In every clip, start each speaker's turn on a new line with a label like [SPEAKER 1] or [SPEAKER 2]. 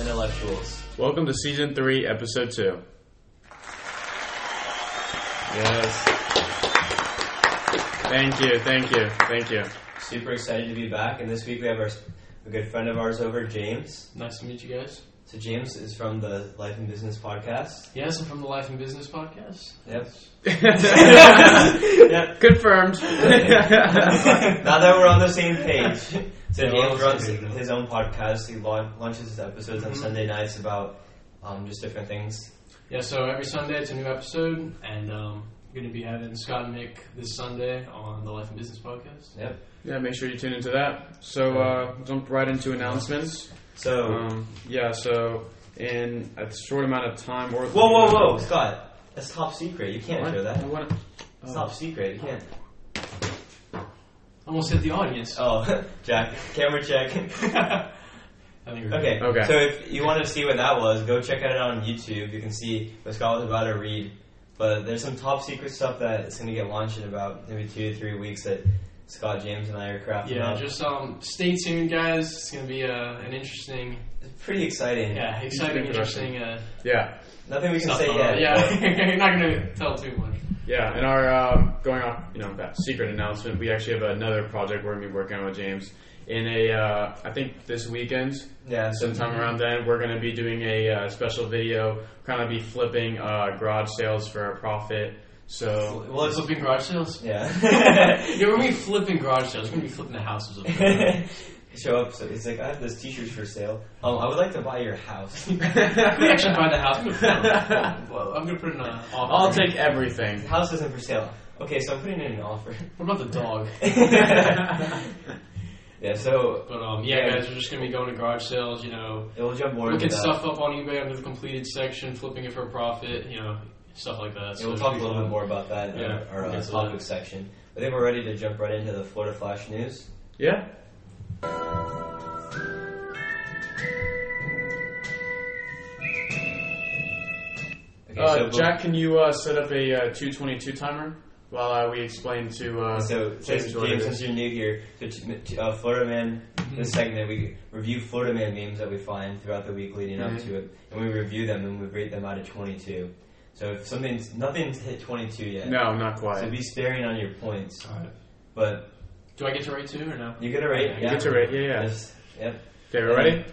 [SPEAKER 1] Intellectuals.
[SPEAKER 2] Welcome to season three, episode two.
[SPEAKER 1] Yes.
[SPEAKER 2] Thank you, thank you, thank you.
[SPEAKER 1] Super excited to be back. And this week we have our, a good friend of ours over, James.
[SPEAKER 3] Nice to meet you guys.
[SPEAKER 1] So James is from the Life and Business podcast.
[SPEAKER 3] Yes, I'm from the Life and Business podcast.
[SPEAKER 1] Yep.
[SPEAKER 2] Confirmed.
[SPEAKER 1] now that we're on the same page, so
[SPEAKER 3] Yeah, we're on
[SPEAKER 1] James
[SPEAKER 3] the
[SPEAKER 1] runs
[SPEAKER 3] same page. Mm-hmm.
[SPEAKER 1] his own podcast. He laun- launches his episodes on Sunday nights about um, just different things.
[SPEAKER 3] Yeah, so every Sunday it's a new episode, and um, I'm going to be having Scott and Mick this Sunday on the Life and Business podcast.
[SPEAKER 1] Yep.
[SPEAKER 2] yeah, make sure you tune into that. So, uh, jump right into announcements.
[SPEAKER 1] So,
[SPEAKER 2] Um, yeah, so in a short amount of time, or
[SPEAKER 1] whoa, whoa, whoa, Scott, that's top secret. You can't
[SPEAKER 2] What?
[SPEAKER 1] show that.
[SPEAKER 2] I wanna-
[SPEAKER 1] It's
[SPEAKER 3] Oh.
[SPEAKER 1] top secret. You can't.
[SPEAKER 3] Almost hit the audience.
[SPEAKER 1] Oh, Jack, camera check.
[SPEAKER 3] I think we're
[SPEAKER 1] Okay.
[SPEAKER 2] Okay.
[SPEAKER 1] So if you want to see what that was, go check it out on YouTube. You can see what Scott was about to read. But there's some top secret stuff that is going to get launched in about maybe two to three weeks that Scott James and I are crafting.
[SPEAKER 3] Yeah,
[SPEAKER 1] up.
[SPEAKER 3] just um, stay tuned, guys. It's going to be uh, an interesting,
[SPEAKER 1] it's pretty exciting.
[SPEAKER 3] yeah, exciting,
[SPEAKER 2] Interesting.
[SPEAKER 3] interesting uh,
[SPEAKER 2] Yeah,
[SPEAKER 1] Nothing we can
[SPEAKER 3] stuff
[SPEAKER 1] say
[SPEAKER 3] going
[SPEAKER 1] yet.
[SPEAKER 3] on. Yeah, you're not going to tell too much.
[SPEAKER 2] yeah. And our um, going off, you know, that secret announcement. We actually have another project we're gonna be working on with James in a. Uh, I think this weekend.
[SPEAKER 1] Yeah. So
[SPEAKER 2] Sometime around then, we're going to be doing a uh, special video, kind of be flipping uh, garage sales for a profit. So
[SPEAKER 1] well, it's
[SPEAKER 3] flipping garage sales?
[SPEAKER 1] yeah.
[SPEAKER 3] Yeah, we're going to be flipping garage sales. We're going to be flipping the houses up
[SPEAKER 1] Show up. So it's like I have those T-shirts for sale. Um, I would like to buy your house.
[SPEAKER 3] we actually buy the house. I'm gonna put, well, I'm gonna put in an offer.
[SPEAKER 2] I'll take everything.
[SPEAKER 1] The house isn't for sale. Okay, so I'm putting in an offer.
[SPEAKER 3] What about the dog?
[SPEAKER 1] yeah. So
[SPEAKER 3] But um, yeah, guys, we're just gonna be going to garage sales. You know,
[SPEAKER 1] it will jump more into
[SPEAKER 3] looking
[SPEAKER 1] that.
[SPEAKER 3] stuff up on eBay under the completed section, flipping it for a profit. You know, stuff like that.
[SPEAKER 1] Yeah, we'll talk a little bit more about that in
[SPEAKER 3] Yeah,
[SPEAKER 1] our, our
[SPEAKER 3] we'll
[SPEAKER 1] uh,
[SPEAKER 3] get to that.
[SPEAKER 1] topic section. I think we're ready to jump right into the Florida Flash news.
[SPEAKER 2] Yeah.
[SPEAKER 1] Okay,
[SPEAKER 2] Uh,
[SPEAKER 1] be-
[SPEAKER 2] Jack, can you uh, set up a uh, 222 timer while uh, we explain to uh,
[SPEAKER 1] So, since,
[SPEAKER 2] James what it
[SPEAKER 1] James,
[SPEAKER 2] is?
[SPEAKER 1] since you're new here, so t- t- uh, Florida Man,
[SPEAKER 2] Mm-hmm.
[SPEAKER 1] this segment, we review Florida Man memes that we find throughout the week leading up
[SPEAKER 2] Mhm.
[SPEAKER 1] to it, and we review them and we rate them out of 22. So, if something's nothing's hit 22 yet,
[SPEAKER 2] No, not quite.
[SPEAKER 1] so be sparing on your points.
[SPEAKER 3] Alright.
[SPEAKER 1] But
[SPEAKER 3] Do I get to rate two or no?
[SPEAKER 1] you get a rate.
[SPEAKER 2] You
[SPEAKER 1] yeah?
[SPEAKER 2] get to rate, yeah, yeah.
[SPEAKER 1] Yes. Yep.
[SPEAKER 2] Okay, we're ready?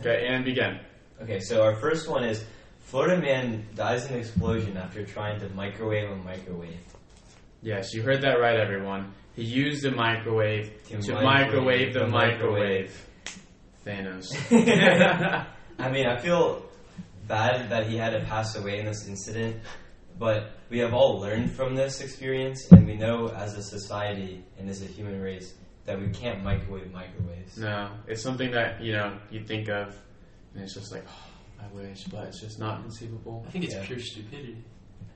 [SPEAKER 2] Okay, and begin.
[SPEAKER 1] Okay, so our first one is Florida man dies in explosion after trying to microwave a microwave.
[SPEAKER 2] Yes, you heard that right, everyone. He used the microwave
[SPEAKER 1] To
[SPEAKER 2] to,
[SPEAKER 1] microwave
[SPEAKER 2] microwave, the
[SPEAKER 1] the
[SPEAKER 2] microwave. Thanos.
[SPEAKER 1] I mean, I feel bad that he had to pass away in this incident, but we have all learned from this experience, and we know as a society and as a human race that we can't microwave microwaves.
[SPEAKER 2] no, it's something that, you know, you think of, and it's just like, oh, I wish, but it's just not conceivable.
[SPEAKER 3] I think it's
[SPEAKER 1] Yeah.
[SPEAKER 3] pure stupidity.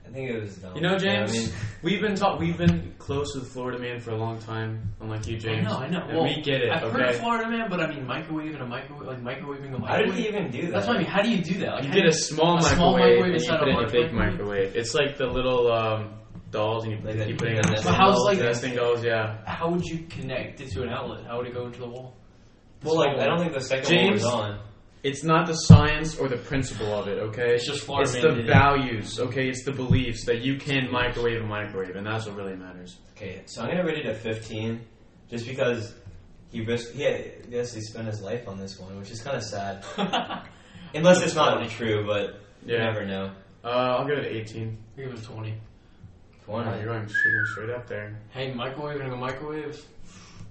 [SPEAKER 1] I think it was dumb.
[SPEAKER 2] You know,
[SPEAKER 1] what I
[SPEAKER 2] James,
[SPEAKER 1] mean?
[SPEAKER 2] we've been taught, we've been close to the Florida man for a long time, unlike you, James.
[SPEAKER 3] I know, I know.
[SPEAKER 2] And
[SPEAKER 3] Well,
[SPEAKER 2] we get it.
[SPEAKER 3] I've
[SPEAKER 2] okay,
[SPEAKER 3] heard of Florida man, but I mean microwave and a microwave, like microwaving a microwave.
[SPEAKER 1] How did he even do that?
[SPEAKER 3] That's what I mean. How do you do that? Like,
[SPEAKER 2] you
[SPEAKER 3] how
[SPEAKER 2] get
[SPEAKER 3] do
[SPEAKER 2] a small
[SPEAKER 3] a
[SPEAKER 2] microwave,
[SPEAKER 3] small microwave
[SPEAKER 2] and you
[SPEAKER 3] inside
[SPEAKER 2] put it
[SPEAKER 3] a
[SPEAKER 2] in a
[SPEAKER 3] large
[SPEAKER 2] big
[SPEAKER 3] microwave?
[SPEAKER 2] microwave. It's like the little um, dolls, and you,
[SPEAKER 1] Like the-
[SPEAKER 2] you put it in
[SPEAKER 1] the
[SPEAKER 2] a
[SPEAKER 1] nesting
[SPEAKER 3] But how's,
[SPEAKER 1] dolls?
[SPEAKER 3] like,
[SPEAKER 2] Yes, thing goes, yeah.
[SPEAKER 3] How would you connect it to an outlet? How would it go into the wall?
[SPEAKER 1] Well, like I don't think the second
[SPEAKER 2] James-
[SPEAKER 1] one was on.
[SPEAKER 2] It's not the science or the principle of it, okay?
[SPEAKER 3] It's just Florida
[SPEAKER 2] It's
[SPEAKER 3] man
[SPEAKER 2] the
[SPEAKER 3] did it.
[SPEAKER 2] values, okay? It's the beliefs that you can microwave a microwave, and that's what really matters.
[SPEAKER 1] Okay, so I'm gonna rate it a 15, just because he risked. He had, yes, he spent his life on this one, which is kind of sad. Unless it's not true, but you
[SPEAKER 2] Yeah.
[SPEAKER 1] never know.
[SPEAKER 2] Uh, I'll give it an 18.
[SPEAKER 3] I give it a twenty.
[SPEAKER 2] Wow, you're going shooting straight up there.
[SPEAKER 3] Hey, microwaving a microwave.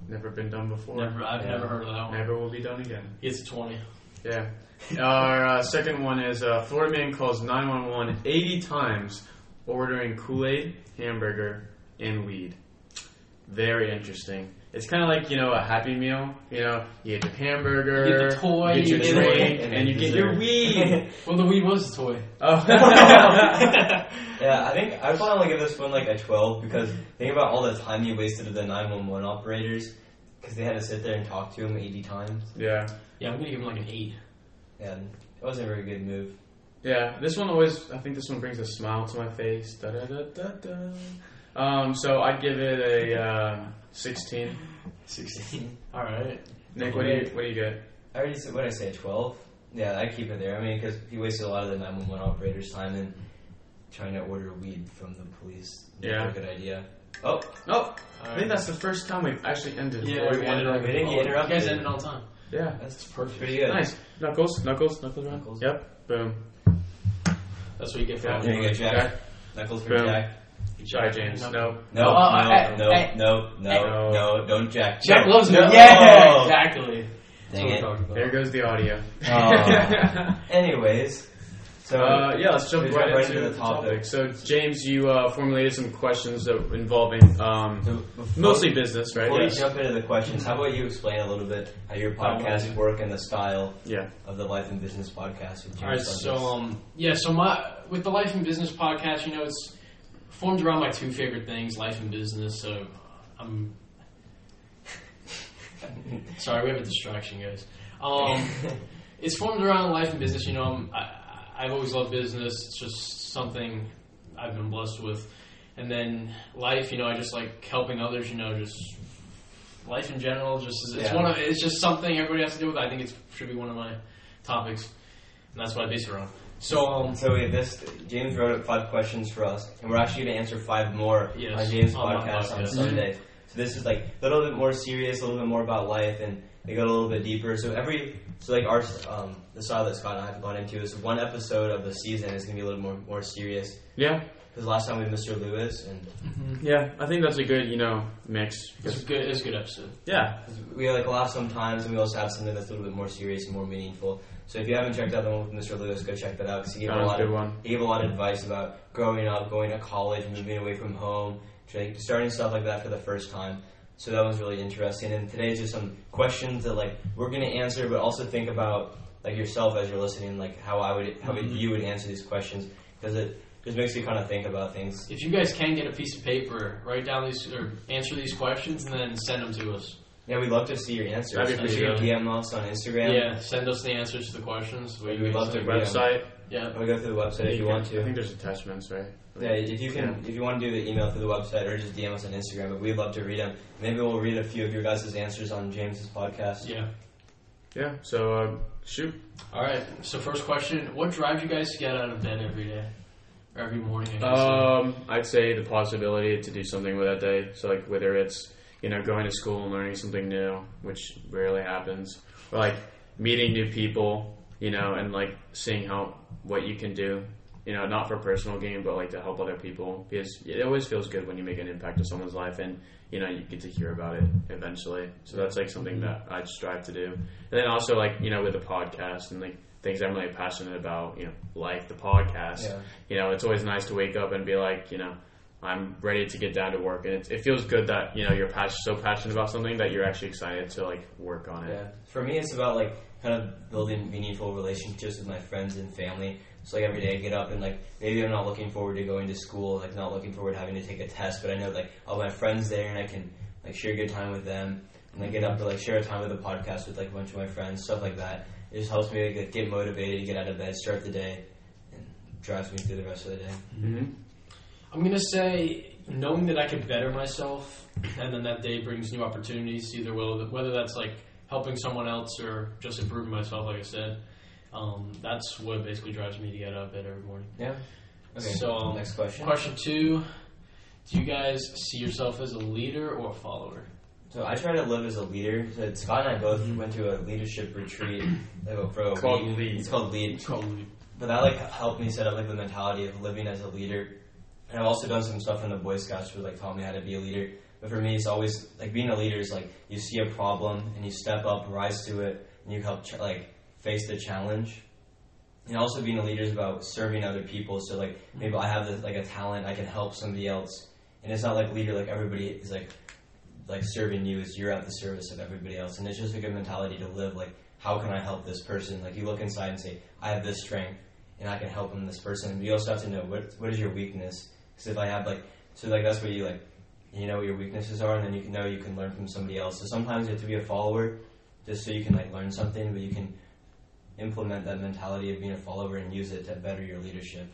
[SPEAKER 2] Never been done before.
[SPEAKER 3] Never, I've
[SPEAKER 1] Yeah.
[SPEAKER 3] never heard of that one.
[SPEAKER 2] Never will be done again.
[SPEAKER 3] It's a twenty.
[SPEAKER 2] Yeah. Our uh, second one is uh, Florida man calls 911 80 times ordering Kool Aid, hamburger, and weed. Very interesting. It's kind of like you know a Happy Meal. You know, you get your hamburger,
[SPEAKER 3] You get the toy,
[SPEAKER 2] you get your
[SPEAKER 3] you get the
[SPEAKER 2] drink,
[SPEAKER 1] toy,
[SPEAKER 2] and,
[SPEAKER 1] and
[SPEAKER 2] you get
[SPEAKER 1] dessert.
[SPEAKER 2] your weed.
[SPEAKER 3] Well, the weed was a toy.
[SPEAKER 2] oh.
[SPEAKER 1] Yeah, I think I'd probably only give this one like a 12 because think about all the time you wasted of the 911 operators because they had to sit there and talk to him 80 times.
[SPEAKER 2] yeah,
[SPEAKER 3] Yeah, I'm gonna give him like an eight.
[SPEAKER 1] And it wasn't a very good move.
[SPEAKER 2] yeah. This one always. I think this one brings a smile to my face. Da da da da da. Um, so I'd give it a uh, sixteen.
[SPEAKER 3] Sixteen. All right.
[SPEAKER 2] Nick, what do you what do you get?
[SPEAKER 1] I already said, what did I say, a 12? Yeah, I keep it there. I mean, because he wasted a lot of the 911 operator's time in trying to order weed from the police.
[SPEAKER 2] Yeah.
[SPEAKER 1] Good idea. Oh,
[SPEAKER 2] Oh, I think
[SPEAKER 3] Alright.
[SPEAKER 2] that's the first time we've actually ended.
[SPEAKER 3] yeah,
[SPEAKER 2] before
[SPEAKER 3] we ended on
[SPEAKER 1] We didn't
[SPEAKER 3] oh,
[SPEAKER 1] get interrupted.
[SPEAKER 3] You guys ended on time.
[SPEAKER 2] Yeah.
[SPEAKER 1] that's perfect. Pretty good.
[SPEAKER 2] Nice. Knuckles, knuckles, knuckles, round.
[SPEAKER 1] Knuckles.
[SPEAKER 2] Yep. Boom.
[SPEAKER 3] That's what you get for
[SPEAKER 2] Yeah.
[SPEAKER 1] There
[SPEAKER 3] that.
[SPEAKER 1] you go, Jack. Knuckles for
[SPEAKER 2] Boom.
[SPEAKER 1] Jack.
[SPEAKER 2] Shy James.
[SPEAKER 3] Knuckles.
[SPEAKER 2] No.
[SPEAKER 1] No,
[SPEAKER 3] Oh,
[SPEAKER 1] no,
[SPEAKER 3] eh,
[SPEAKER 1] no,
[SPEAKER 3] eh.
[SPEAKER 1] no, no,
[SPEAKER 2] Eh.
[SPEAKER 1] no, don't Jack.
[SPEAKER 3] Jack
[SPEAKER 1] No.
[SPEAKER 3] loves me.
[SPEAKER 1] No.
[SPEAKER 3] Yeah, exactly.
[SPEAKER 1] Dang
[SPEAKER 3] That's what we're
[SPEAKER 1] it.
[SPEAKER 3] talking about.
[SPEAKER 2] There goes the audio.
[SPEAKER 1] Oh. Anyways, so
[SPEAKER 2] Uh, yeah, let's jump
[SPEAKER 1] Let's
[SPEAKER 2] right,
[SPEAKER 1] jump right
[SPEAKER 2] into,
[SPEAKER 1] into
[SPEAKER 2] the
[SPEAKER 1] the
[SPEAKER 2] topic.
[SPEAKER 1] topic.
[SPEAKER 2] So, James, you uh, formulated some questions that involving um,
[SPEAKER 1] so before-
[SPEAKER 2] mostly business, right?
[SPEAKER 1] Before
[SPEAKER 2] Yes.
[SPEAKER 1] you jump into the questions, how about you explain a little bit how your podcasts work and the style
[SPEAKER 2] Yeah.
[SPEAKER 1] of the Life and Business podcast? with James
[SPEAKER 3] All right,
[SPEAKER 1] Sundis?
[SPEAKER 3] so um, yeah, so my with the life and business podcast, you know, it's formed around my two favorite things, life and business. So I'm sorry, we have a distraction, guys. Um, it's formed around life and business. You know, I'm, I, I've always loved business. It's just something I've been blessed with. And then life, you know, I just like helping others. You know, just life in general. Just is, it's
[SPEAKER 1] Yeah.
[SPEAKER 3] one of it's just something everybody has to deal with. I think it should be one of my topics, and that's what I base it around. So, um,
[SPEAKER 1] So we this James wrote up five questions for us, and we're actually going to answer five more
[SPEAKER 3] Yes,
[SPEAKER 1] on James'
[SPEAKER 3] on my
[SPEAKER 1] podcast on
[SPEAKER 3] podcast.
[SPEAKER 1] Sunday. So this is like a little bit more serious, a little bit more about life, and they go a little bit deeper. So every so like our um, the style that Scott and I have gone into is one episode of the season is going to be a little more more serious
[SPEAKER 2] Yeah.
[SPEAKER 1] because last time we had Mr. Lewis and
[SPEAKER 2] Yeah. I think that's a good, you know, mix.
[SPEAKER 3] it's a good, it's a good episode.
[SPEAKER 2] Yeah.
[SPEAKER 1] we like laugh sometimes, and we also have something that's a little bit more serious and more meaningful. So if you haven't checked out the one with Mr. Lewis, go check that out because he gave
[SPEAKER 2] That
[SPEAKER 1] a
[SPEAKER 2] was
[SPEAKER 1] lot
[SPEAKER 2] a good
[SPEAKER 1] of
[SPEAKER 2] one.
[SPEAKER 1] he gave a lot of advice about growing up, going to college, moving away from home, trying- starting stuff like that for the first time. So that was really interesting. And today's just some questions that like we're gonna answer, but also think about like yourself as you're listening, like how I would how
[SPEAKER 2] Mm-hmm.
[SPEAKER 3] Mhm.
[SPEAKER 1] you would answer these questions because it just makes you kind of think about things.
[SPEAKER 3] If you guys can get a piece of paper, write down these or answer these questions, and then send them to us.
[SPEAKER 1] Yeah, we'd love to see your answers.
[SPEAKER 2] That'd be
[SPEAKER 1] Make
[SPEAKER 2] pretty
[SPEAKER 1] sure you
[SPEAKER 2] good.
[SPEAKER 1] DM us on Instagram.
[SPEAKER 3] Yeah, send us the answers to the questions.
[SPEAKER 1] We would love to read
[SPEAKER 2] Website.
[SPEAKER 3] Yeah,
[SPEAKER 1] Or go through the website if you
[SPEAKER 2] can-
[SPEAKER 1] want to.
[SPEAKER 2] I think there's attachments, right?
[SPEAKER 1] Yeah, if you can, if you want to do the email through the website or just DM us on Instagram, but we'd love to read them. Maybe we'll read a few of your guys' answers on James's podcast.
[SPEAKER 3] yeah.
[SPEAKER 2] Yeah. So, uh, shoot.
[SPEAKER 3] All right. So, first question: What drives you guys to get out of bed every day or every morning? I guess.
[SPEAKER 2] Um, I'd say the possibility to do something with that day. So like whether it's you know going to school and learning something new, which rarely happens, or like meeting new people, you know, and like seeing how what you can do, you know, not for personal gain, but like to help other people because it always feels good when you make an impact to someone's life and you know you get to hear about it eventually. So that's like something that I strive to do, and then also like you know with the podcast and like things I'm really passionate about, you know, like the podcast
[SPEAKER 1] Yeah.
[SPEAKER 2] you know, it's always nice to wake up and be like, you know, I'm ready to get down to work, and it, it feels good that you know you're pas- so passionate about something that you're actually excited to like work on it.
[SPEAKER 1] Yeah. For me, it's about like kind of building meaningful relationships with my friends and family. So like every day, I get up and like maybe I'm not looking forward to going to school, like not looking forward to having to take a test, but I know like all my friends there and I can like share a good time with them, and I get up to like share a time with the podcast with like a bunch of my friends, stuff like that. It just helps me like, get motivated, get out of bed, start the day, and drives me through the rest of the day.
[SPEAKER 2] Mm-hmm.
[SPEAKER 3] I'm gonna say knowing that I can better myself, and then that day brings new opportunities. Either whether whether that's like helping someone else or just improving myself, like I said, um, that's what basically drives me to get out of bed every morning.
[SPEAKER 1] Yeah. Okay.
[SPEAKER 3] So, um,
[SPEAKER 1] next question.
[SPEAKER 3] Question two: Do you guys see yourself as a leader or a follower?
[SPEAKER 1] So I try to live as a leader. So Scott and I both went to a leadership retreat like, for a
[SPEAKER 2] Called
[SPEAKER 1] week.
[SPEAKER 2] Lead.
[SPEAKER 1] It's called Lead.
[SPEAKER 3] Probably.
[SPEAKER 1] But that like helped me set up like the mentality of living as a leader. And I've also done some stuff in the Boy Scouts which like taught me how to be a leader. But for me, it's always like being a leader is like you see a problem and you step up, rise to it, and you help ch- like face the challenge. And also being a leader is about serving other people. So like maybe I have this, like a talent, I can help somebody else. And it's not like leader like everybody is like like serving you is you're at the service of everybody else. And it's just a good mentality to live. Like how can I help this person? Like you look inside and say I have this strength and I can help him this person. But you also have to know what what is your weakness. Because if I have like so like that's where you like you know what your weaknesses are, and then you can know you can learn from somebody else. So sometimes you have to be a follower just so you can like learn something, but you can implement that mentality of being a follower and use it to better your leadership.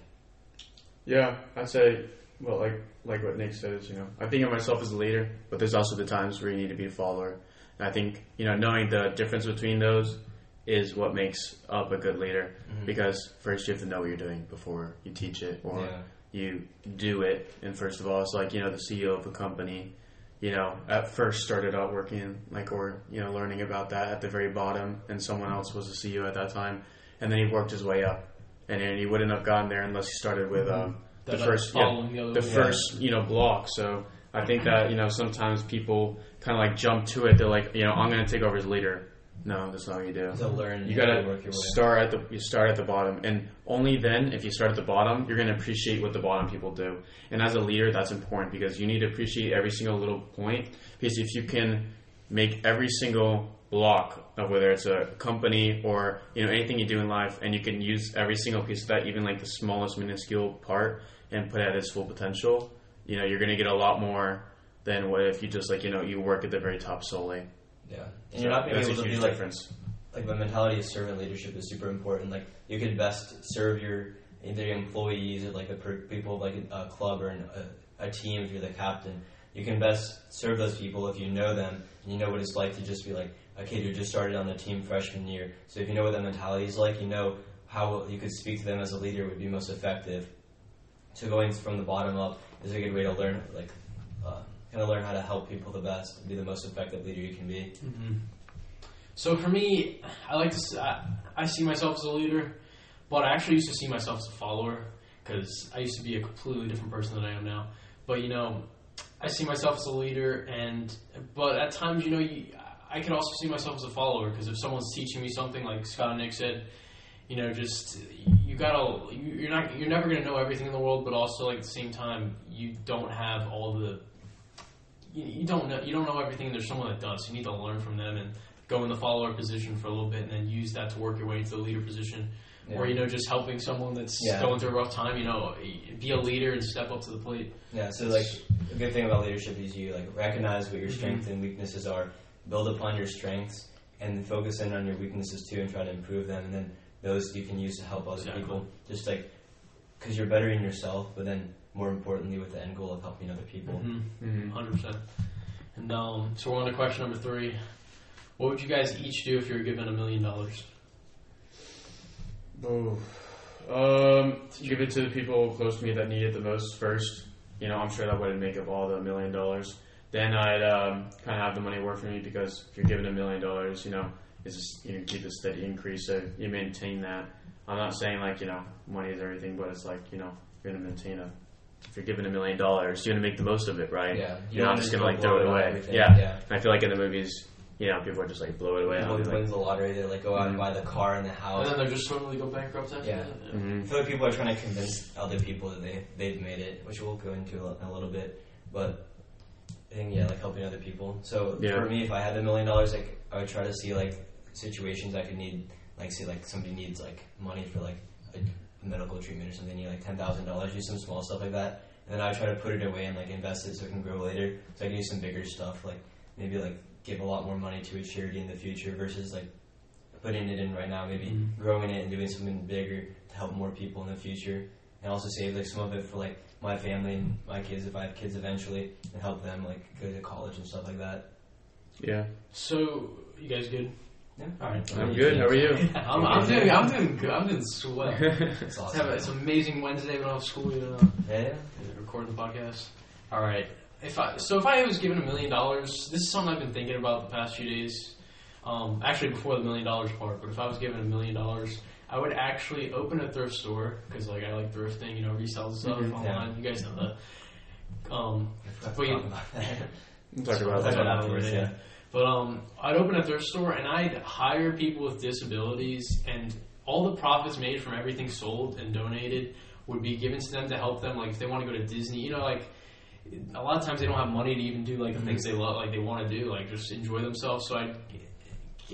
[SPEAKER 2] Yeah, I'd say, well, like like what Nick says, you know, I think of myself as a leader, but there's also the times where you need to be a follower. And I think you know knowing the difference between those is what makes up a good leader
[SPEAKER 1] Mhm.
[SPEAKER 2] because first you have to know what you're doing before you teach it or
[SPEAKER 1] Yeah.
[SPEAKER 2] you do it. And first of all, it's like, you know, the CEO of a company, you know, at first started out working like or, you know, learning about that at the very bottom and someone else was the CEO at that time and then he worked his way up. And then he wouldn't have gotten there unless he started with um, the
[SPEAKER 3] Mm-hmm. That, like,
[SPEAKER 2] first yeah,
[SPEAKER 3] following the
[SPEAKER 2] the
[SPEAKER 3] other way.
[SPEAKER 2] first you know block. So I think that you know sometimes people kind of like jump to it. They're like, you know, I'm going to take over as leader. No, that's not what you do.
[SPEAKER 1] To learn,
[SPEAKER 2] You
[SPEAKER 1] gotta
[SPEAKER 2] gotta
[SPEAKER 1] work your way.
[SPEAKER 2] start at the you start at the bottom, and only then, if you start at the bottom, you're gonna appreciate what the bottom people do. And as a leader, that's important because you need to appreciate every single little point. Because if you can make every single block of whether it's a company or you know anything you do in life, and you can use every single piece of that, even like the smallest minuscule part, and put it at its full potential, you know you're gonna get a lot more than what if you just like you know you work at the very top solely.
[SPEAKER 1] Yeah, and you're not being
[SPEAKER 2] that's
[SPEAKER 1] able
[SPEAKER 2] a
[SPEAKER 1] to
[SPEAKER 2] huge
[SPEAKER 1] be like
[SPEAKER 2] difference.
[SPEAKER 1] like the mentality of servant leadership is super important. Like you could best serve your either your employees or like the per- people of like a club or an, a, a team. If you're the captain, you can best serve those people if you know them and you know what it's like to just be like a kid who just started on the team freshman year. So if you know what that mentality is like, you know how you could speak to them as a leader would be most effective. So going from the bottom up is a good way to learn like. Uh, Kind of learn how to help people the best, and be the most effective leader you can be.
[SPEAKER 3] Mhm. So for me, I like to. s- I, I see myself as a leader, but I actually used to see myself as a follower because I used to be a completely different person than I am now. But you know, I see myself as a leader, and but at times, you know, you, I could also see myself as a follower because if someone's teaching me something, like Scott and Nick said, you know, just you gotta. you- You're not. You're never gonna know everything in the world, but also like at the same time, you don't have all the you, you don't know you don't know everything. There's someone that does. You need to learn from them and go in the follower position for a little bit, and then use that to work your way into the leader position. Or you know, just helping someone that's
[SPEAKER 1] Yeah.
[SPEAKER 3] going through a rough time. You know, be a leader and step up to the plate.
[SPEAKER 1] Yeah, so like a good thing about leadership is you like recognize what your strengths and weaknesses are, build upon your strengths, and then focus in on your weaknesses too, and try to improve them. And then those you can use to help other
[SPEAKER 3] Exactly.
[SPEAKER 1] people. Just like because you're bettering yourself, but then more importantly, with the end goal of helping other people.
[SPEAKER 3] Mm-hmm.
[SPEAKER 2] Mhm.
[SPEAKER 1] Mm-hmm.
[SPEAKER 3] Hundred percent. And um, so we're on to question number three. What would you guys each do if you were given a million dollars?
[SPEAKER 2] Oh, um, give it to the people close to me that need it the most first. You know, I'm sure that wouldn't make up all the million dollars. Then I'd um, kind of have the money work for me because if you're given a million dollars, you know, it's just, you keep a steady increase, so you maintain that. I'm not saying like you know money is everything, but it's like you know you're gonna maintain a. If you're given a million dollars, you're gonna make the most of it, right?
[SPEAKER 1] Yeah, you
[SPEAKER 2] You're not
[SPEAKER 1] don't
[SPEAKER 2] just
[SPEAKER 1] just
[SPEAKER 2] gonna like
[SPEAKER 1] blow
[SPEAKER 2] throw it
[SPEAKER 1] it on
[SPEAKER 2] away.
[SPEAKER 1] everything,
[SPEAKER 2] Yeah.
[SPEAKER 1] yeah.
[SPEAKER 2] And I feel like in the movies, you know, people are just like blow it away. and
[SPEAKER 1] People
[SPEAKER 2] I'll be
[SPEAKER 1] who
[SPEAKER 2] like,
[SPEAKER 1] wins the lottery, they like go out and
[SPEAKER 2] Mm-hmm.
[SPEAKER 1] buy the car and the
[SPEAKER 3] And
[SPEAKER 1] house.
[SPEAKER 3] then they're just totally go bankrupt after
[SPEAKER 1] Yeah. Mm-hmm.
[SPEAKER 3] that.
[SPEAKER 2] "Mm-hmm."
[SPEAKER 1] I feel like people are trying to convince other people that they they've made it, which we'll go into a, a little bit. But I think yeah, like helping other people. So
[SPEAKER 2] Yeah.
[SPEAKER 1] for me, if I had a million dollars, like I would try to see like situations I could need, like say like somebody needs like money for like a medical treatment or something, you need like ten thousand dollars, do some small stuff like that, and then I would try to put it away and like invest it so it can grow later, so I can do some bigger stuff, like maybe like give a lot more money to a charity in the future versus like putting it in right now, maybe
[SPEAKER 3] Mhm.
[SPEAKER 1] growing it and doing something bigger to help more people in the future, and also save like some of it for like my family and my kids if I have kids eventually, and help them like go to college and stuff like that.
[SPEAKER 2] Yeah,
[SPEAKER 3] So you guys good?
[SPEAKER 1] Yeah.
[SPEAKER 3] All right.
[SPEAKER 2] I'm good. How are you?
[SPEAKER 3] I'm, I'm doing. I'm doing good. I'm doing swell.
[SPEAKER 1] It's
[SPEAKER 3] Let's have
[SPEAKER 1] awesome.
[SPEAKER 3] a- it's an amazing Wednesday when I was school, you know,
[SPEAKER 1] Yeah.
[SPEAKER 3] uh, recording the podcast. All right. If I so if I was given a million dollars, this is something I've been thinking about the past few days. Um, actually, before the million dollars part, but if I was given a million dollars, I would actually open a thrift store because like I like thrifting, you know, resell stuff
[SPEAKER 2] Mhm, yeah.
[SPEAKER 3] online. You guys know that. Um,
[SPEAKER 1] I forgot to
[SPEAKER 3] Wait.
[SPEAKER 1] talk about that.
[SPEAKER 2] Talk about
[SPEAKER 1] Talk
[SPEAKER 2] that.
[SPEAKER 1] about afterwards,
[SPEAKER 3] Yeah.
[SPEAKER 1] yeah.
[SPEAKER 3] But um, I'd open a thrift store and I'd hire people with disabilities, and all the profits made from everything sold and donated would be given to them to help them. Like if they want to go to Disney, you know, like a lot of times they don't have money to even do like the things they love, like they want to do, like just enjoy themselves. So I,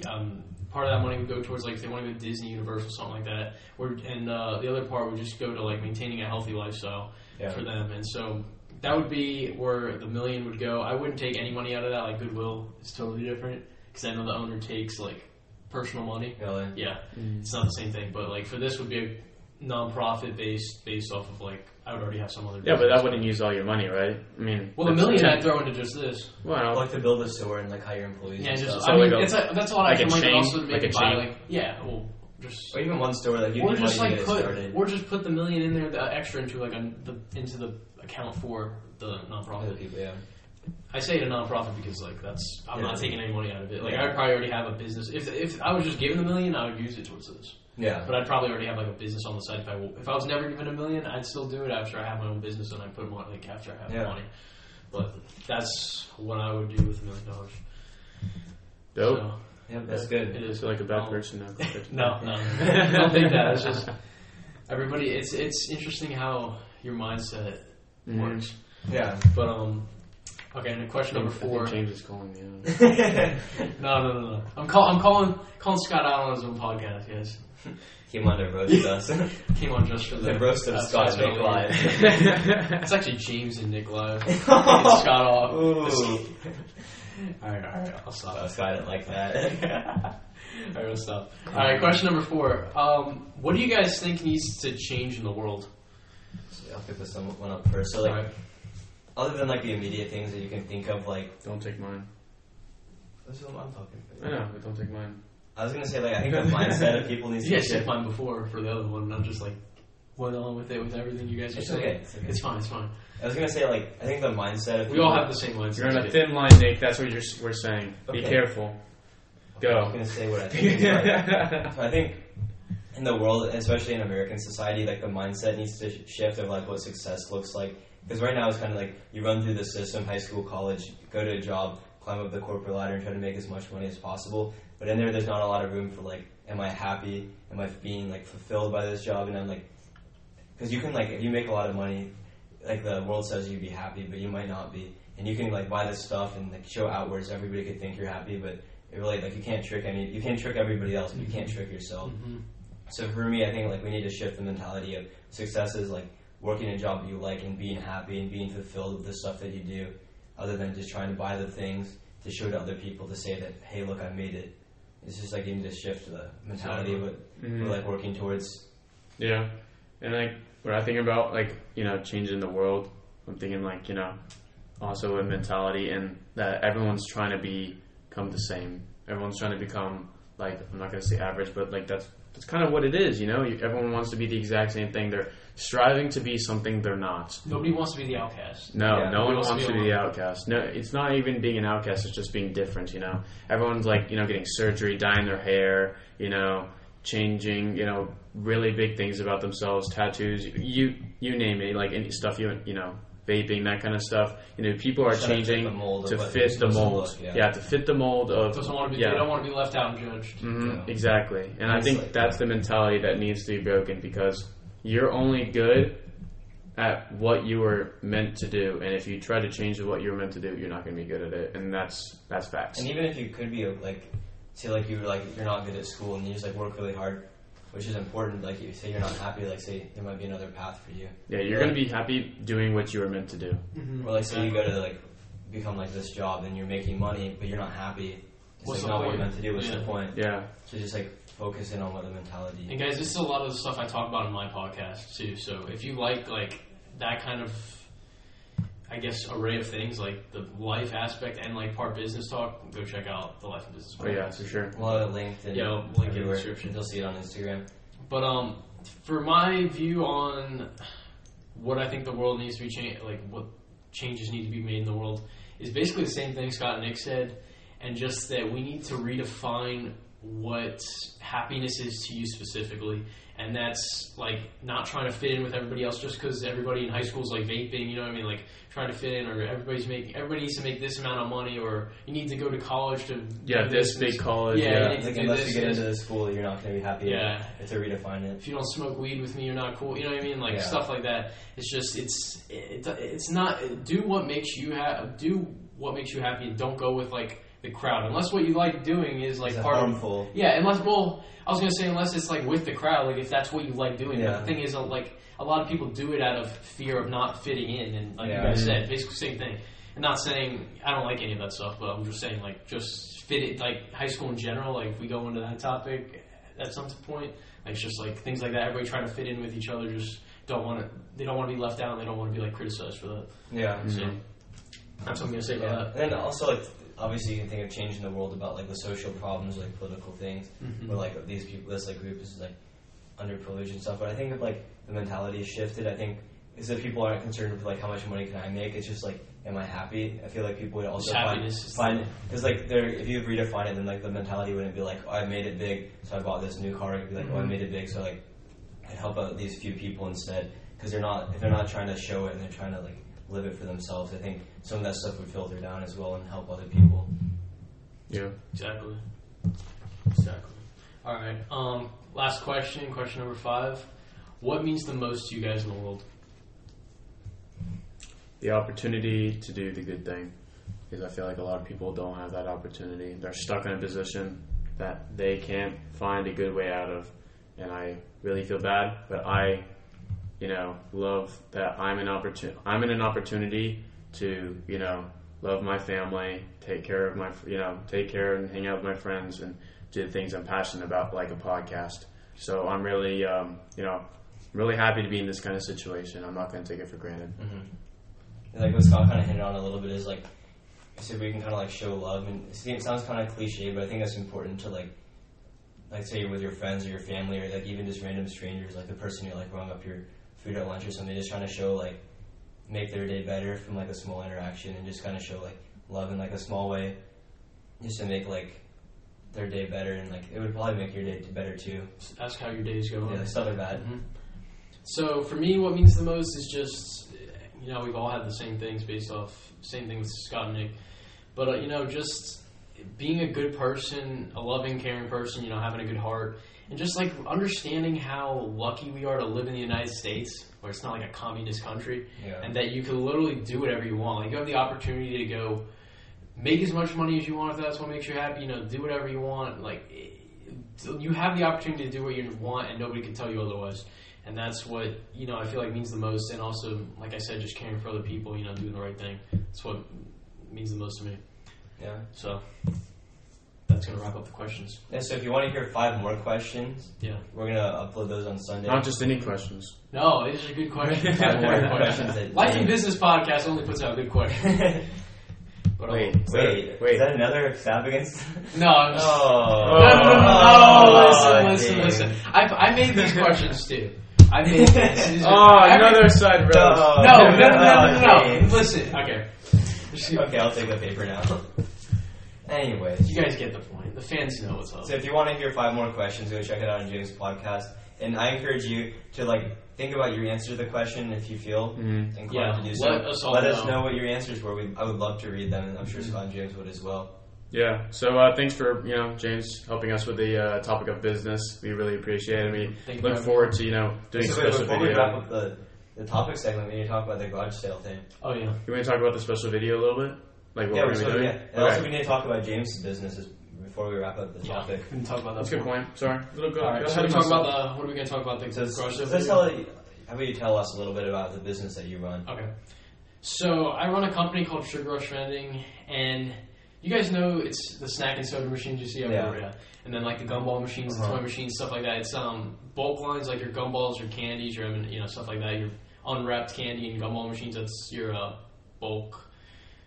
[SPEAKER 3] um, part of that money would go towards like if they want to go to Disney, Universal, something like that. Or and uh, the other part would just go to like maintaining a healthy lifestyle
[SPEAKER 1] Yeah.
[SPEAKER 3] for them. And so that would be where the million would go. I wouldn't take any money out of that. Like Goodwill is totally different because I know the owner takes like personal money.
[SPEAKER 1] Really?
[SPEAKER 2] Mm.
[SPEAKER 3] Yeah, it's not the same thing. But like for this would be a nonprofit based based off of like I would already have some other.
[SPEAKER 2] Yeah, but
[SPEAKER 3] business.
[SPEAKER 2] that wouldn't use all your money, right? I mean,
[SPEAKER 3] well, a
[SPEAKER 2] that's-
[SPEAKER 3] million
[SPEAKER 2] yeah.
[SPEAKER 3] I'd throw into just this.
[SPEAKER 1] I
[SPEAKER 2] Well,
[SPEAKER 1] like to build a store and like hire employees.
[SPEAKER 3] Yeah,
[SPEAKER 1] and
[SPEAKER 3] just
[SPEAKER 1] stuff.
[SPEAKER 2] so
[SPEAKER 3] I mean,
[SPEAKER 2] like a-
[SPEAKER 3] it's a, that's all
[SPEAKER 2] like
[SPEAKER 3] I can
[SPEAKER 2] a
[SPEAKER 3] like
[SPEAKER 2] chain,
[SPEAKER 3] also maybe
[SPEAKER 2] like a
[SPEAKER 3] buy
[SPEAKER 2] chain.
[SPEAKER 3] like yeah, well, just
[SPEAKER 1] or even one store like you
[SPEAKER 3] or
[SPEAKER 1] need
[SPEAKER 3] just
[SPEAKER 1] money
[SPEAKER 3] like
[SPEAKER 1] to get
[SPEAKER 3] put
[SPEAKER 1] started.
[SPEAKER 3] or just put the million in there, the extra into like a, the into the account for the
[SPEAKER 1] Other
[SPEAKER 3] nonprofit.
[SPEAKER 1] people, yeah.
[SPEAKER 3] I say it a nonprofit because like that's I'm not
[SPEAKER 1] Yeah.
[SPEAKER 3] taking any money out of it. Like
[SPEAKER 1] Yeah.
[SPEAKER 3] I'd probably already have a business. If if I was just given the million, I would use it towards this.
[SPEAKER 1] Yeah.
[SPEAKER 3] But I'd probably already have like a business on the side. If I w- if I was never given a million, I'd still do it after I have my own business and I put money like after I have
[SPEAKER 1] Yeah.
[SPEAKER 3] money. But that's what I would do with a million dollars.
[SPEAKER 2] dope.
[SPEAKER 3] So,
[SPEAKER 1] Yeah, that's
[SPEAKER 3] it
[SPEAKER 1] good.
[SPEAKER 3] is
[SPEAKER 2] So like a bad
[SPEAKER 3] Um,
[SPEAKER 2] person. No, good person.
[SPEAKER 3] No, no, I don't think that. It's just Um, everybody. It's it's interesting how your mindset
[SPEAKER 2] Mhm.
[SPEAKER 3] works.
[SPEAKER 1] Yeah.
[SPEAKER 3] But um, okay. And question number
[SPEAKER 2] I think
[SPEAKER 3] four.
[SPEAKER 2] James is calling me. out.
[SPEAKER 3] No, no, no, no. I'm call, I'm calling calling Scott out on his own podcast. Yes,
[SPEAKER 1] Came on to roast us.
[SPEAKER 3] came on just for the,
[SPEAKER 1] the roast of
[SPEAKER 3] uh,
[SPEAKER 1] Scott
[SPEAKER 3] Scott's
[SPEAKER 1] Nick
[SPEAKER 3] earlier.
[SPEAKER 1] Live.
[SPEAKER 3] It's actually James and Nick live. It's Scott off.
[SPEAKER 1] Ooh.
[SPEAKER 3] All right, all right, I'll stop.
[SPEAKER 1] Oh, Scott didn't like that.
[SPEAKER 3] All right, we'll stop. All right, question number four. Um, what do you guys think needs to change in the world?
[SPEAKER 1] So I'll pick this one up first. So like,
[SPEAKER 3] All right.
[SPEAKER 1] other than like the immediate things that you can think of, like
[SPEAKER 2] don't take mine.
[SPEAKER 1] this is what I'm talking
[SPEAKER 2] I know, but don't take mine.
[SPEAKER 1] I was gonna say like I think the mindset of people needs
[SPEAKER 3] You
[SPEAKER 1] to
[SPEAKER 3] guys said
[SPEAKER 1] shift.
[SPEAKER 3] mine before for the other one, and I'm just like went on with it with everything you guys are
[SPEAKER 1] It's
[SPEAKER 3] saying.
[SPEAKER 1] okay. It's okay.
[SPEAKER 3] It's fine. It's fine.
[SPEAKER 1] I was gonna say like I think the mindset of
[SPEAKER 3] We all
[SPEAKER 1] people-
[SPEAKER 3] have the same mindset.
[SPEAKER 2] You're on a thin line, Nick. That's what you're, s- we're saying. Be
[SPEAKER 1] Okay.
[SPEAKER 2] careful.
[SPEAKER 1] I'm
[SPEAKER 2] Go.
[SPEAKER 1] gonna say what I think. is right.
[SPEAKER 2] yeah.
[SPEAKER 1] So I think in the world, especially in American society, like the mindset needs to sh- shift of like what success looks like. Because right now it's kind of like you run through the system, high school, college, go to a job, climb up the corporate ladder, and try to make as much money as possible. But in there, there's not a lot of room for like, am I happy? Am I being like fulfilled by this job? And I'm like, because you can like, if you make a lot of money, like the world says you'd be happy, but you might not be. And you can like buy this stuff and like show outwards. Everybody could think you're happy, but it really like you can't trick any. You can't trick everybody else, but you can't trick yourself.
[SPEAKER 3] Mhm.
[SPEAKER 1] So for me, I think like we need to shift the mentality of success is like working a job that you like and being happy and being fulfilled with the stuff that you do, other than just trying to buy the things to show to other people to say that hey, look, I made it. It's just like you need to shift the mentality of what
[SPEAKER 2] Mm-hmm. Mm.
[SPEAKER 1] we're like working towards.
[SPEAKER 2] Yeah. And like when I think about like, you know, changing the world, I'm thinking like, you know, also a mentality and that everyone's trying to be become the same. Everyone's trying to become like I'm not gonna say average, but like that's that's kind of what it is, you know. You, everyone wants to be the exact same thing. They're striving to be something they're not.
[SPEAKER 3] Nobody wants to be the outcast.
[SPEAKER 2] No,
[SPEAKER 1] Yeah,
[SPEAKER 2] no one
[SPEAKER 3] everyone wants
[SPEAKER 2] wants
[SPEAKER 3] to
[SPEAKER 2] to
[SPEAKER 3] be
[SPEAKER 2] be the outcast. No, it's not even being an outcast. It's just being different. You know, everyone's like you know getting surgery, dyeing their hair. You know, changing. You know, really big things about themselves, tattoos. You you name it, like any stuff you you know, vaping that kind of stuff. You know, people are
[SPEAKER 1] Trying to fit
[SPEAKER 2] changing
[SPEAKER 1] the mold of
[SPEAKER 2] to
[SPEAKER 1] what
[SPEAKER 2] fit
[SPEAKER 1] you're
[SPEAKER 2] the
[SPEAKER 1] supposed to
[SPEAKER 2] mold.
[SPEAKER 1] look, yeah.
[SPEAKER 2] yeah. to fit the mold of
[SPEAKER 3] Doesn't want to be.
[SPEAKER 2] yeah.
[SPEAKER 3] They don't want to be left out and judged.
[SPEAKER 2] Mhm,
[SPEAKER 1] Yeah.
[SPEAKER 2] Exactly. And I
[SPEAKER 1] It's
[SPEAKER 2] think
[SPEAKER 1] like-
[SPEAKER 2] that's the mentality that needs to be broken because you're only good at what you were meant to do and if you try to change what you're meant to do, you're not going to be good at it. And that's that's facts.
[SPEAKER 1] And even if you could be like, say like you were like you're not good at school and you just like work really hard, which is important. Like you say you're not happy, like say there might be another path for you.
[SPEAKER 2] Yeah, you're going to be happy doing what you were meant to do.
[SPEAKER 3] Mhm.
[SPEAKER 1] Or like say you go to like become like this job and you're making money but you're not happy. It's
[SPEAKER 3] What's
[SPEAKER 1] like
[SPEAKER 3] the
[SPEAKER 1] not what
[SPEAKER 3] point?
[SPEAKER 1] you're meant to do, what's
[SPEAKER 3] Yeah.
[SPEAKER 1] the point?
[SPEAKER 2] Yeah.
[SPEAKER 1] So just like focus in on what the mentality
[SPEAKER 3] And guys, this is a lot of the stuff I talk about in my podcast too. So if you like like that kind of, I guess, array of things like the life aspect and like part business talk, go check out the life and business.
[SPEAKER 2] Oh yeah,
[SPEAKER 3] Podcast.
[SPEAKER 2] for sure.
[SPEAKER 1] a lot of LinkedIn
[SPEAKER 3] Yeah, I'll link it in the
[SPEAKER 1] everywhere.
[SPEAKER 3] description.
[SPEAKER 1] You'll see it on Instagram.
[SPEAKER 3] But um, for my view on what I think the world needs to be changed, like what changes need to be made in the world, is basically the same thing Scott and Nick said, and just that we need to redefine what happiness is to you specifically, and that's like not trying to fit in with everybody else just because everybody in high school is like vaping, you know what I mean? Like trying to fit in, or everybody's making everybody needs to make this amount of money, or you need to go to college to
[SPEAKER 2] Yeah,
[SPEAKER 3] do
[SPEAKER 2] this
[SPEAKER 3] and
[SPEAKER 2] big college.
[SPEAKER 3] Yeah,
[SPEAKER 2] Yeah.
[SPEAKER 3] you need to
[SPEAKER 1] Like
[SPEAKER 3] do
[SPEAKER 1] unless
[SPEAKER 3] this,
[SPEAKER 1] you get
[SPEAKER 3] this.
[SPEAKER 1] into the school you're not gonna be happy.
[SPEAKER 3] Yeah.
[SPEAKER 1] It's a redefine it.
[SPEAKER 3] if you don't smoke weed with me, you're not cool. You know what I mean? Like
[SPEAKER 1] Yeah.
[SPEAKER 3] stuff like that. It's just it's it, it's not do what makes you happy. Do what makes you happy, and don't go with like the crowd. Unless what you like doing is like
[SPEAKER 1] It's
[SPEAKER 3] part of
[SPEAKER 1] harmful.
[SPEAKER 3] yeah. Unless well, I was gonna say unless it's like with the crowd. Like if that's what you like doing. But
[SPEAKER 1] Yeah.
[SPEAKER 3] the thing is, uh, like a lot of people do it out of fear of not fitting in, and like
[SPEAKER 1] Yeah.
[SPEAKER 3] you guys said, basically same thing. And not saying I don't like any of that stuff, but I'm just saying like just fit it like high school in general. Like if we go into that topic, at some point. Like it's just like things like that. Everybody trying to fit in with each other. Just don't want to. They don't want to be left out. and They don't want to be like criticized for that.
[SPEAKER 1] Yeah.
[SPEAKER 2] Mhm.
[SPEAKER 3] So that's what I'm gonna say about
[SPEAKER 1] Yeah. And then also, like, obviously, you can think of changing the world about like the social problems, like political things,
[SPEAKER 3] that. Mhm.
[SPEAKER 1] where like these people, this like group is like underprivileged and stuff. But I think if like the mentality shifted, I think is that people aren't concerned with like how much money can I make. It's just like, am I happy? I feel like people would also
[SPEAKER 3] Just
[SPEAKER 1] find
[SPEAKER 3] happiness. is-
[SPEAKER 1] find because like there, if you redefine it, then like the mentality wouldn't be like, oh, I made it big, so I bought this new car. It'd be like, oh, I
[SPEAKER 3] Mhm.
[SPEAKER 1] made it big, so like I help out these few people instead. Because they're not if they're not trying to show it and they're trying to like live it for themselves. I think some of that stuff would filter down as well and help other people.
[SPEAKER 2] Yeah.
[SPEAKER 3] Exactly. Exactly. All right. Um, last question. Question number five. What means the most to you guys in the world?
[SPEAKER 2] The opportunity to do the good thing. Because I feel like a lot of people don't have that opportunity. They're stuck in a position that they can't find a good way out of. And I really feel bad, but I, you know, love that I'm an opportun- I'm in an opportunity to, you know, love my family, take care of my, you know, take care and hang out with my friends and do the things I'm passionate about, like a podcast. So I'm really, um, you know, really happy to be in this kind of situation. I'm not going to take it for granted.
[SPEAKER 1] And, like what Scott kind of hinted on a little bit is like I said we can kind of like show love and it seems- it sounds kind of cliche, but I think that's important to like like say you're with your friends or your family or like even just random strangers, like the person you're like rung up your food at lunch or something, just trying to show like make their day better from like a small interaction and just kind of show like love in like a small way, just to make like their day better and like it would probably make your day better too.
[SPEAKER 3] Ask how your days go.
[SPEAKER 1] Yeah, stuff like that.
[SPEAKER 3] Mhm. So for me, what means the most is just, you know, we've all had the same things based off same thing with Scott and Nick, but uh, you know, just being a good person, a loving, caring person, you know, having a good heart, and just like understanding how lucky we are to live in the United States, where it's not like a communist country
[SPEAKER 1] Yeah.
[SPEAKER 3] and that you can literally do whatever you want. Like you have the opportunity to go make as much money as you want if that's what makes you happy. You know, do whatever you want. Like it- you have the opportunity to do what you want, and nobody can tell you otherwise. And that's what you know. I feel like means the most, and also, like I said, just caring for other people. You know, doing the right thing. That's what means the most to me.
[SPEAKER 1] yeah.
[SPEAKER 3] So that's gonna wrap up the questions.
[SPEAKER 1] Yeah, so if you want to hear five more questions,
[SPEAKER 3] Yeah.
[SPEAKER 1] we're gonna upload those on Sunday.
[SPEAKER 2] Not just any questions.
[SPEAKER 3] No, these are good questions.
[SPEAKER 1] Five more
[SPEAKER 3] Life
[SPEAKER 1] questions that-
[SPEAKER 3] and Business Podcast only puts out good questions. But, um,
[SPEAKER 2] Wait,
[SPEAKER 1] Wait,
[SPEAKER 2] wait.
[SPEAKER 1] is that another extravagance?
[SPEAKER 3] No, I'm just
[SPEAKER 1] Oh,
[SPEAKER 3] No, no, no, no,
[SPEAKER 1] Oh,
[SPEAKER 3] no, listen,
[SPEAKER 1] dang.
[SPEAKER 3] listen, listen. I, I made these questions too. I made these. these are-
[SPEAKER 2] Oh,
[SPEAKER 3] I made-
[SPEAKER 2] another Oh, side road.
[SPEAKER 1] No.
[SPEAKER 3] No, no, no, no, no, no.
[SPEAKER 1] James.
[SPEAKER 3] Listen, okay. Just-
[SPEAKER 1] Okay, I'll take the paper now. anyway,
[SPEAKER 3] You guys get the point. The fans know what's up.
[SPEAKER 1] so if you want to hear five more questions, go check it out on James' podcast. And I encourage you to like think about your answer to the question if you feel
[SPEAKER 2] Mm.
[SPEAKER 1] inclined
[SPEAKER 3] Yeah,
[SPEAKER 1] to do so.
[SPEAKER 3] let us all
[SPEAKER 1] Let us
[SPEAKER 3] know. Mm-hmm.
[SPEAKER 1] know what your answers were. We, I would love to read them, and I'm sure Scott and James would as well.
[SPEAKER 2] Yeah. So uh, thanks for you know James helping us with the uh, topic of business. We really appreciate it. We
[SPEAKER 3] Thank you
[SPEAKER 2] look
[SPEAKER 3] very
[SPEAKER 2] forward to you know doing
[SPEAKER 1] So
[SPEAKER 2] a
[SPEAKER 1] wait,
[SPEAKER 2] special
[SPEAKER 1] before we
[SPEAKER 2] video.
[SPEAKER 1] wrap up the, the topic segment, we need to talk about the garage sale thing.
[SPEAKER 3] Oh yeah.
[SPEAKER 2] You want to talk about the special video a little bit, like what
[SPEAKER 1] yeah, we're
[SPEAKER 2] we're gonna be
[SPEAKER 1] still,
[SPEAKER 2] doing?
[SPEAKER 1] yeah. And also, we need to talk about James' businesses before we wrap up the
[SPEAKER 3] yeah.
[SPEAKER 1] topic.
[SPEAKER 3] We can talk about that.
[SPEAKER 2] That's a good point. Sorry. Little go,
[SPEAKER 3] All right.
[SPEAKER 2] uh, go
[SPEAKER 3] So
[SPEAKER 2] ahead
[SPEAKER 3] we
[SPEAKER 2] of
[SPEAKER 3] talk
[SPEAKER 2] myself.
[SPEAKER 3] about the. What are we going to talk about? The
[SPEAKER 1] So, so
[SPEAKER 3] garage sale
[SPEAKER 1] let's
[SPEAKER 3] video?
[SPEAKER 1] tell, how about you tell us a little bit about the business that you run?
[SPEAKER 3] Okay. So I run a company called Sugar Rush Vending, and you guys know it's the snack and soda machines you see everywhere, yeah. and then like the gumball machines, the
[SPEAKER 1] Uh-huh.
[SPEAKER 3] toy machines, stuff like that. It's um bulk lines like your gumballs, your candies, your M- you know stuff like that. Your unwrapped candy and gumball machines. That's your uh, bulk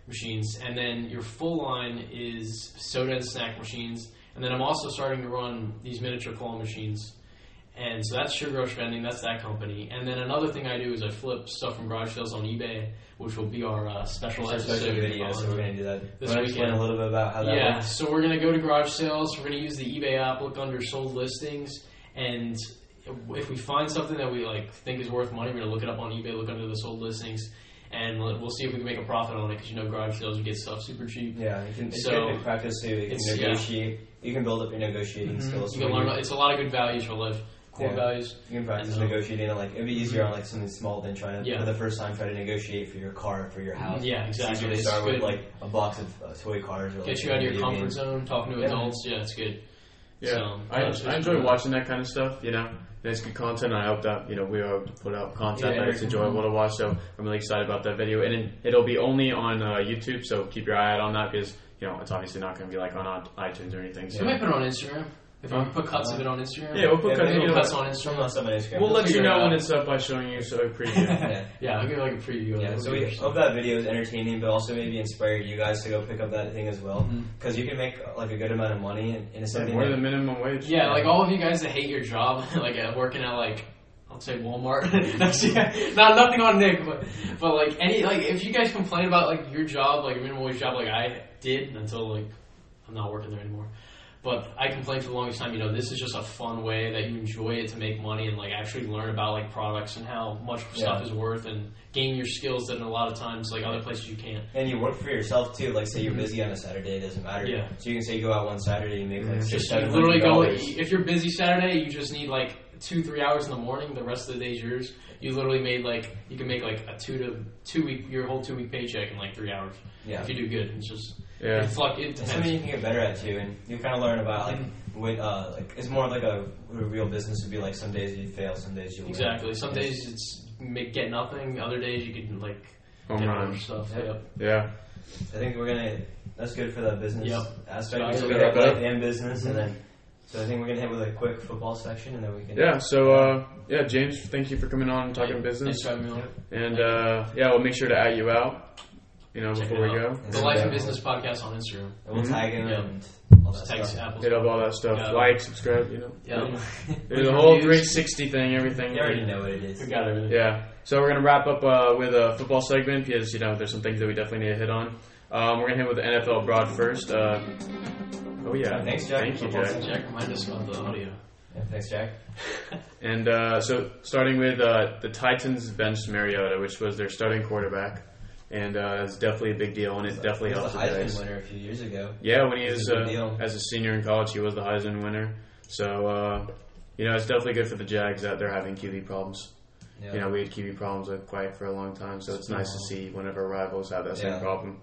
[SPEAKER 3] machines, and then your full line is soda and snack machines. And then I'm also starting to run these miniature claw machines. And so that's Sugar Rush Vending, that's that company. And then another thing I do is I flip stuff from garage sales on eBay, which will be our uh, special
[SPEAKER 1] It's our
[SPEAKER 3] episode.
[SPEAKER 1] social video, so we're going to do that.
[SPEAKER 3] This
[SPEAKER 1] want to explain
[SPEAKER 3] weekend.
[SPEAKER 1] a little bit about how that
[SPEAKER 3] yeah,
[SPEAKER 1] works?
[SPEAKER 3] so we're going to go to garage sales, we're going to use the eBay app, look under sold listings, and if we find something that we like think is worth money, we're going to look it up on eBay, look under the sold listings, and we'll we'll see if we can make a profit on it because you know garage sales, we get stuff super cheap.
[SPEAKER 1] Yeah, you can, it's
[SPEAKER 3] So-
[SPEAKER 1] good to practice so you can
[SPEAKER 3] It's- yeah. Mm-hmm.
[SPEAKER 1] negotiate. You can build up your negotiating skills.
[SPEAKER 3] You can
[SPEAKER 1] when
[SPEAKER 3] learn,
[SPEAKER 1] you,
[SPEAKER 3] it's a lot of good values for life, core
[SPEAKER 1] Yeah.
[SPEAKER 3] values.
[SPEAKER 1] you can practice
[SPEAKER 3] and, um,
[SPEAKER 1] negotiating. and, Like it'd be easier on like something small than trying to
[SPEAKER 3] Yeah.
[SPEAKER 1] for the first time try to negotiate for your car for your house.
[SPEAKER 3] Yeah,
[SPEAKER 1] It's
[SPEAKER 3] exactly.
[SPEAKER 1] easier to
[SPEAKER 3] It's
[SPEAKER 1] start
[SPEAKER 3] good.
[SPEAKER 1] with like a box of uh, toy cars. Or, like,
[SPEAKER 3] Get you out of your
[SPEAKER 1] video
[SPEAKER 3] comfort
[SPEAKER 1] games.
[SPEAKER 3] zone, talking to
[SPEAKER 1] Yeah.
[SPEAKER 3] adults. Yeah, it's good.
[SPEAKER 2] Yeah,
[SPEAKER 3] So,
[SPEAKER 2] I,
[SPEAKER 3] that's
[SPEAKER 2] I
[SPEAKER 3] just-
[SPEAKER 2] enjoy watching that kind of stuff. You know, and it's good content. I hope that you know we are able to put out content
[SPEAKER 1] Yeah.
[SPEAKER 2] that it's enjoyable to watch. So I'm really excited about that video, and it- it'll be only on uh, YouTube. So keep your eye out on that because you know it's obviously not going to be like on iTunes or anything.
[SPEAKER 3] We
[SPEAKER 2] So
[SPEAKER 3] might put it on Instagram. If I put cuts of it on Instagram,
[SPEAKER 2] Yeah, we'll put
[SPEAKER 1] Yeah,
[SPEAKER 2] cuts.
[SPEAKER 1] maybe
[SPEAKER 2] you
[SPEAKER 3] Maybe
[SPEAKER 2] know,
[SPEAKER 3] cuts on
[SPEAKER 1] Show
[SPEAKER 3] Instagram.
[SPEAKER 1] us on Instagram.
[SPEAKER 2] we'll let you
[SPEAKER 1] figure it
[SPEAKER 2] know when
[SPEAKER 1] out.
[SPEAKER 2] it's up by showing you so a preview.
[SPEAKER 1] Yeah.
[SPEAKER 3] Yeah, I'll give like a preview. of
[SPEAKER 1] Yeah,
[SPEAKER 3] it.
[SPEAKER 1] so we oh, hope that video is entertaining, but also maybe inspire you guys to go pick up that thing as well,
[SPEAKER 3] Mhm.
[SPEAKER 1] because you can make like a good amount of money and it's
[SPEAKER 2] Like,
[SPEAKER 1] something.
[SPEAKER 2] We're the
[SPEAKER 1] That,
[SPEAKER 2] minimum wage.
[SPEAKER 3] Yeah, like all of you guys that hate your job, like uh, working at like I'll say Walmart. That's- yeah, not nothing on Nick, but but like any like if you guys complain about like your job, like a minimum wage job, like I did until like I'm not working there anymore. But I complained for the longest time. You know, this is just a fun way that you enjoy it to make money and like actually learn about like products and how much stuff
[SPEAKER 1] Yeah.
[SPEAKER 3] is worth and gain your skills that in a lot of times like other places you can't.
[SPEAKER 1] and you work for yourself too. Like, say you're
[SPEAKER 3] Mhm.
[SPEAKER 1] busy on a Saturday, it doesn't matter.
[SPEAKER 3] Yeah. Mm-hmm.
[SPEAKER 1] So you can say you go out one Saturday, you make
[SPEAKER 2] Yeah.
[SPEAKER 1] like six,
[SPEAKER 3] Just
[SPEAKER 1] seven
[SPEAKER 3] literally
[SPEAKER 1] hundred
[SPEAKER 3] go.
[SPEAKER 1] dollars.
[SPEAKER 3] If you're busy Saturday, you just need like two, three hours in the morning. The rest of the day's yours. You literally made like you can make like a two to two week your whole two week paycheck in like three hours
[SPEAKER 1] Yeah.
[SPEAKER 3] if you do good. It's just
[SPEAKER 2] Yeah.
[SPEAKER 3] it fuck it
[SPEAKER 1] It's something
[SPEAKER 3] depends.
[SPEAKER 1] you can get better at too, and you kind of learn about like
[SPEAKER 3] Mm-hmm.
[SPEAKER 1] what uh, like it's more of like a, what a real business would be like. Some days you fail, some days you win.
[SPEAKER 3] Exactly. Some days it's make, get nothing. Other days you can like
[SPEAKER 2] Home
[SPEAKER 3] get
[SPEAKER 2] run.
[SPEAKER 3] other stuff.
[SPEAKER 1] Yeah.
[SPEAKER 3] Yep.
[SPEAKER 2] Yeah.
[SPEAKER 1] I think we're gonna. That's good for that business
[SPEAKER 3] Yep.
[SPEAKER 1] aspect.
[SPEAKER 3] Nice.
[SPEAKER 1] So we
[SPEAKER 2] Yeah,
[SPEAKER 1] have
[SPEAKER 2] but-
[SPEAKER 1] life and business, and
[SPEAKER 3] Mm-hmm.
[SPEAKER 1] then so I think we're gonna hit with a quick football section, and then we can.
[SPEAKER 2] Yeah. So uh, yeah, James, thank you for coming on and talking business.
[SPEAKER 3] Thanks for having me on.
[SPEAKER 2] And uh, yeah, we'll make sure to at you out. You know,
[SPEAKER 3] Check
[SPEAKER 2] before we
[SPEAKER 3] it
[SPEAKER 2] go,
[SPEAKER 3] The
[SPEAKER 1] Yeah.
[SPEAKER 3] Life and Business podcast on Instagram.
[SPEAKER 1] And we'll
[SPEAKER 2] Mhm.
[SPEAKER 1] tag him
[SPEAKER 3] Yeah.
[SPEAKER 1] and all that
[SPEAKER 3] Just text
[SPEAKER 1] stuff.
[SPEAKER 3] Apple.
[SPEAKER 2] hit up all that stuff.
[SPEAKER 3] Yeah.
[SPEAKER 2] Like, subscribe. You know,
[SPEAKER 3] Yeah.
[SPEAKER 2] the whole
[SPEAKER 3] Reviews.
[SPEAKER 2] 360 thing, everything.
[SPEAKER 1] You already know what it is.
[SPEAKER 3] We got everything.
[SPEAKER 2] Yeah. So we're gonna wrap up uh, with a football segment because you know there's some things that we definitely need to hit on. Um, we're gonna hit with the NFL broad first. Uh, oh yeah.
[SPEAKER 1] Thanks, Jack.
[SPEAKER 2] Thank you,
[SPEAKER 1] Football
[SPEAKER 2] Jack.
[SPEAKER 3] Jack, remind us about the audio.
[SPEAKER 1] Yeah, thanks, Jack.
[SPEAKER 2] And uh, so, starting with uh, the Titans benched Mariota, which was their starting quarterback, and uh, it's definitely a big deal, and it definitely
[SPEAKER 1] He was
[SPEAKER 2] helps
[SPEAKER 1] a
[SPEAKER 2] the
[SPEAKER 1] Heisman
[SPEAKER 2] guys.
[SPEAKER 1] winner a few years ago.
[SPEAKER 2] Yeah, when he
[SPEAKER 1] It's
[SPEAKER 2] was
[SPEAKER 1] a big
[SPEAKER 2] uh,
[SPEAKER 1] deal.
[SPEAKER 2] as a senior in college, he was the Heisman winner. So, uh, you know, it's definitely good for the Jags that they're having QB problems.
[SPEAKER 1] Yeah.
[SPEAKER 2] You know, we had QB problems with Quiet for a long time, so it's nice to see one of our rivals have that same
[SPEAKER 1] Yeah.
[SPEAKER 2] problem.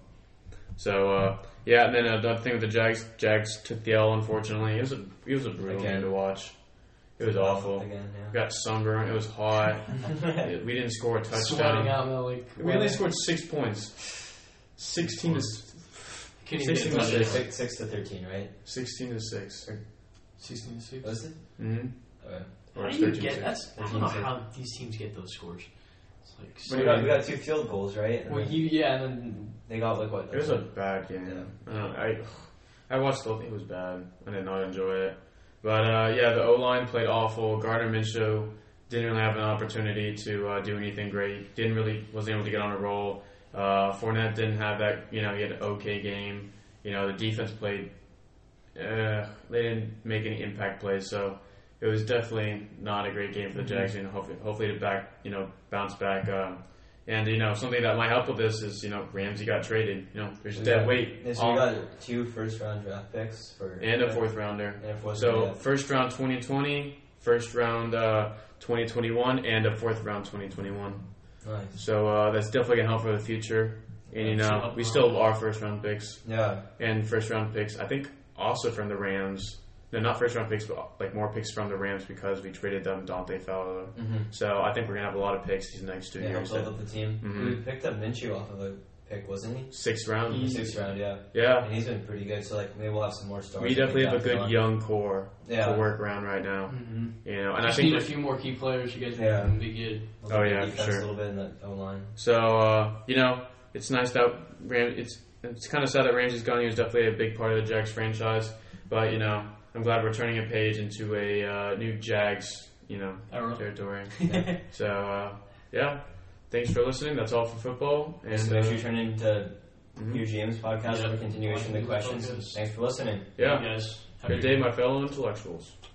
[SPEAKER 2] So, uh, yeah, and then another thing with the Jags, Jags took the L, unfortunately. It was a, it was a brutal
[SPEAKER 1] Again.
[SPEAKER 2] game to watch. It was awful.
[SPEAKER 1] Again,
[SPEAKER 2] We got sunburned. It was hot.
[SPEAKER 1] yeah.
[SPEAKER 2] We didn't score a
[SPEAKER 3] Sweating
[SPEAKER 2] touchdown.
[SPEAKER 3] out in the like.
[SPEAKER 2] We only scored six points. Sixteen to
[SPEAKER 3] Couldn't even get a
[SPEAKER 2] 16
[SPEAKER 3] touchdown.
[SPEAKER 2] assists.
[SPEAKER 1] six, six to thirteen, right?
[SPEAKER 2] sixteen to six.
[SPEAKER 3] 16 to 6.
[SPEAKER 1] Was it? Uh,
[SPEAKER 2] Mm-hmm.
[SPEAKER 1] Okay.
[SPEAKER 3] How do you get that's I don't know how these teams get those scores. It's like
[SPEAKER 1] So
[SPEAKER 3] so,
[SPEAKER 1] we, got, we got two field goals, right? And
[SPEAKER 3] well,
[SPEAKER 1] then
[SPEAKER 3] you yeah, and then
[SPEAKER 1] they got like what?
[SPEAKER 2] It was a bad game.
[SPEAKER 1] Yeah.
[SPEAKER 2] I, don't, I I watched the it was bad. I did not enjoy it. But uh, yeah, the O line played awful. Gardner Minshew didn't really have an opportunity to uh, do anything great. Didn't really wasn't able to get on a roll. Uh, Fournette didn't have that. You know, he had an okay game. You know, the defense played. Uh, they didn't make any impact plays, so it was definitely not a great game for the
[SPEAKER 1] Mm-hmm.
[SPEAKER 2] Jags. And hopefully, hopefully to back you know bounce back. Um, and you know something that might help with this is you know Ramsey got traded. You know, there's
[SPEAKER 1] We
[SPEAKER 2] dead
[SPEAKER 1] got-
[SPEAKER 2] weight
[SPEAKER 1] Yeah, so
[SPEAKER 2] on-
[SPEAKER 1] we got two first round draft picks for
[SPEAKER 2] and a fourth rounder.
[SPEAKER 1] And a fourth
[SPEAKER 2] So
[SPEAKER 1] round,
[SPEAKER 2] first round 2020, first round uh, 2021, and a fourth round 2021.
[SPEAKER 1] yeah. nice.
[SPEAKER 2] So uh, that's definitely gonna help for the future. And you know, we still are first round picks
[SPEAKER 1] Yeah,
[SPEAKER 2] and first round picks. I think also from the Rams. No, not first round picks, but like more picks from the Rams because we traded them Dante Fowler.
[SPEAKER 1] mm-hmm.
[SPEAKER 2] So I think we're gonna have a lot of picks these next two
[SPEAKER 1] yeah, helped
[SPEAKER 2] years.
[SPEAKER 1] build up the team.
[SPEAKER 2] Mhm.
[SPEAKER 1] We picked up Minshew off of a pick, wasn't he?
[SPEAKER 2] Sixth round,
[SPEAKER 1] The Sixth round, yeah.
[SPEAKER 2] yeah.
[SPEAKER 1] And he's been pretty good. So like, maybe we'll have some more stars.
[SPEAKER 2] We definitely have a good
[SPEAKER 1] young.
[SPEAKER 2] young core
[SPEAKER 1] Yeah.
[SPEAKER 2] to work around right now.
[SPEAKER 3] mm-hmm.
[SPEAKER 2] You know, and I
[SPEAKER 3] just
[SPEAKER 2] think
[SPEAKER 3] need
[SPEAKER 2] we're-
[SPEAKER 3] a few more key players. You guys
[SPEAKER 1] Yeah.
[SPEAKER 3] can be good.
[SPEAKER 1] We'll look at
[SPEAKER 2] Oh, yeah, for
[SPEAKER 1] defense
[SPEAKER 2] sure.
[SPEAKER 1] A little bit in the O line.
[SPEAKER 2] So uh, you know, it's nice that Ram- it's it's kind of sad that Ramsey's gone. He was definitely a big part of the Jags franchise, but you know, I'm glad we're turning a page into a uh, new Jags you know
[SPEAKER 3] I don't know.
[SPEAKER 2] territory. so uh, yeah, thanks for listening. That's all for football. And
[SPEAKER 1] so
[SPEAKER 2] uh,
[SPEAKER 1] make sure you turn into
[SPEAKER 2] mhm.
[SPEAKER 1] New GM's podcast
[SPEAKER 3] Yeah.
[SPEAKER 1] for continuation of the questions.
[SPEAKER 3] Podcast.
[SPEAKER 1] Thanks for listening.
[SPEAKER 2] yeah,
[SPEAKER 3] You guys, have a
[SPEAKER 2] good day, my fellow intellectuals.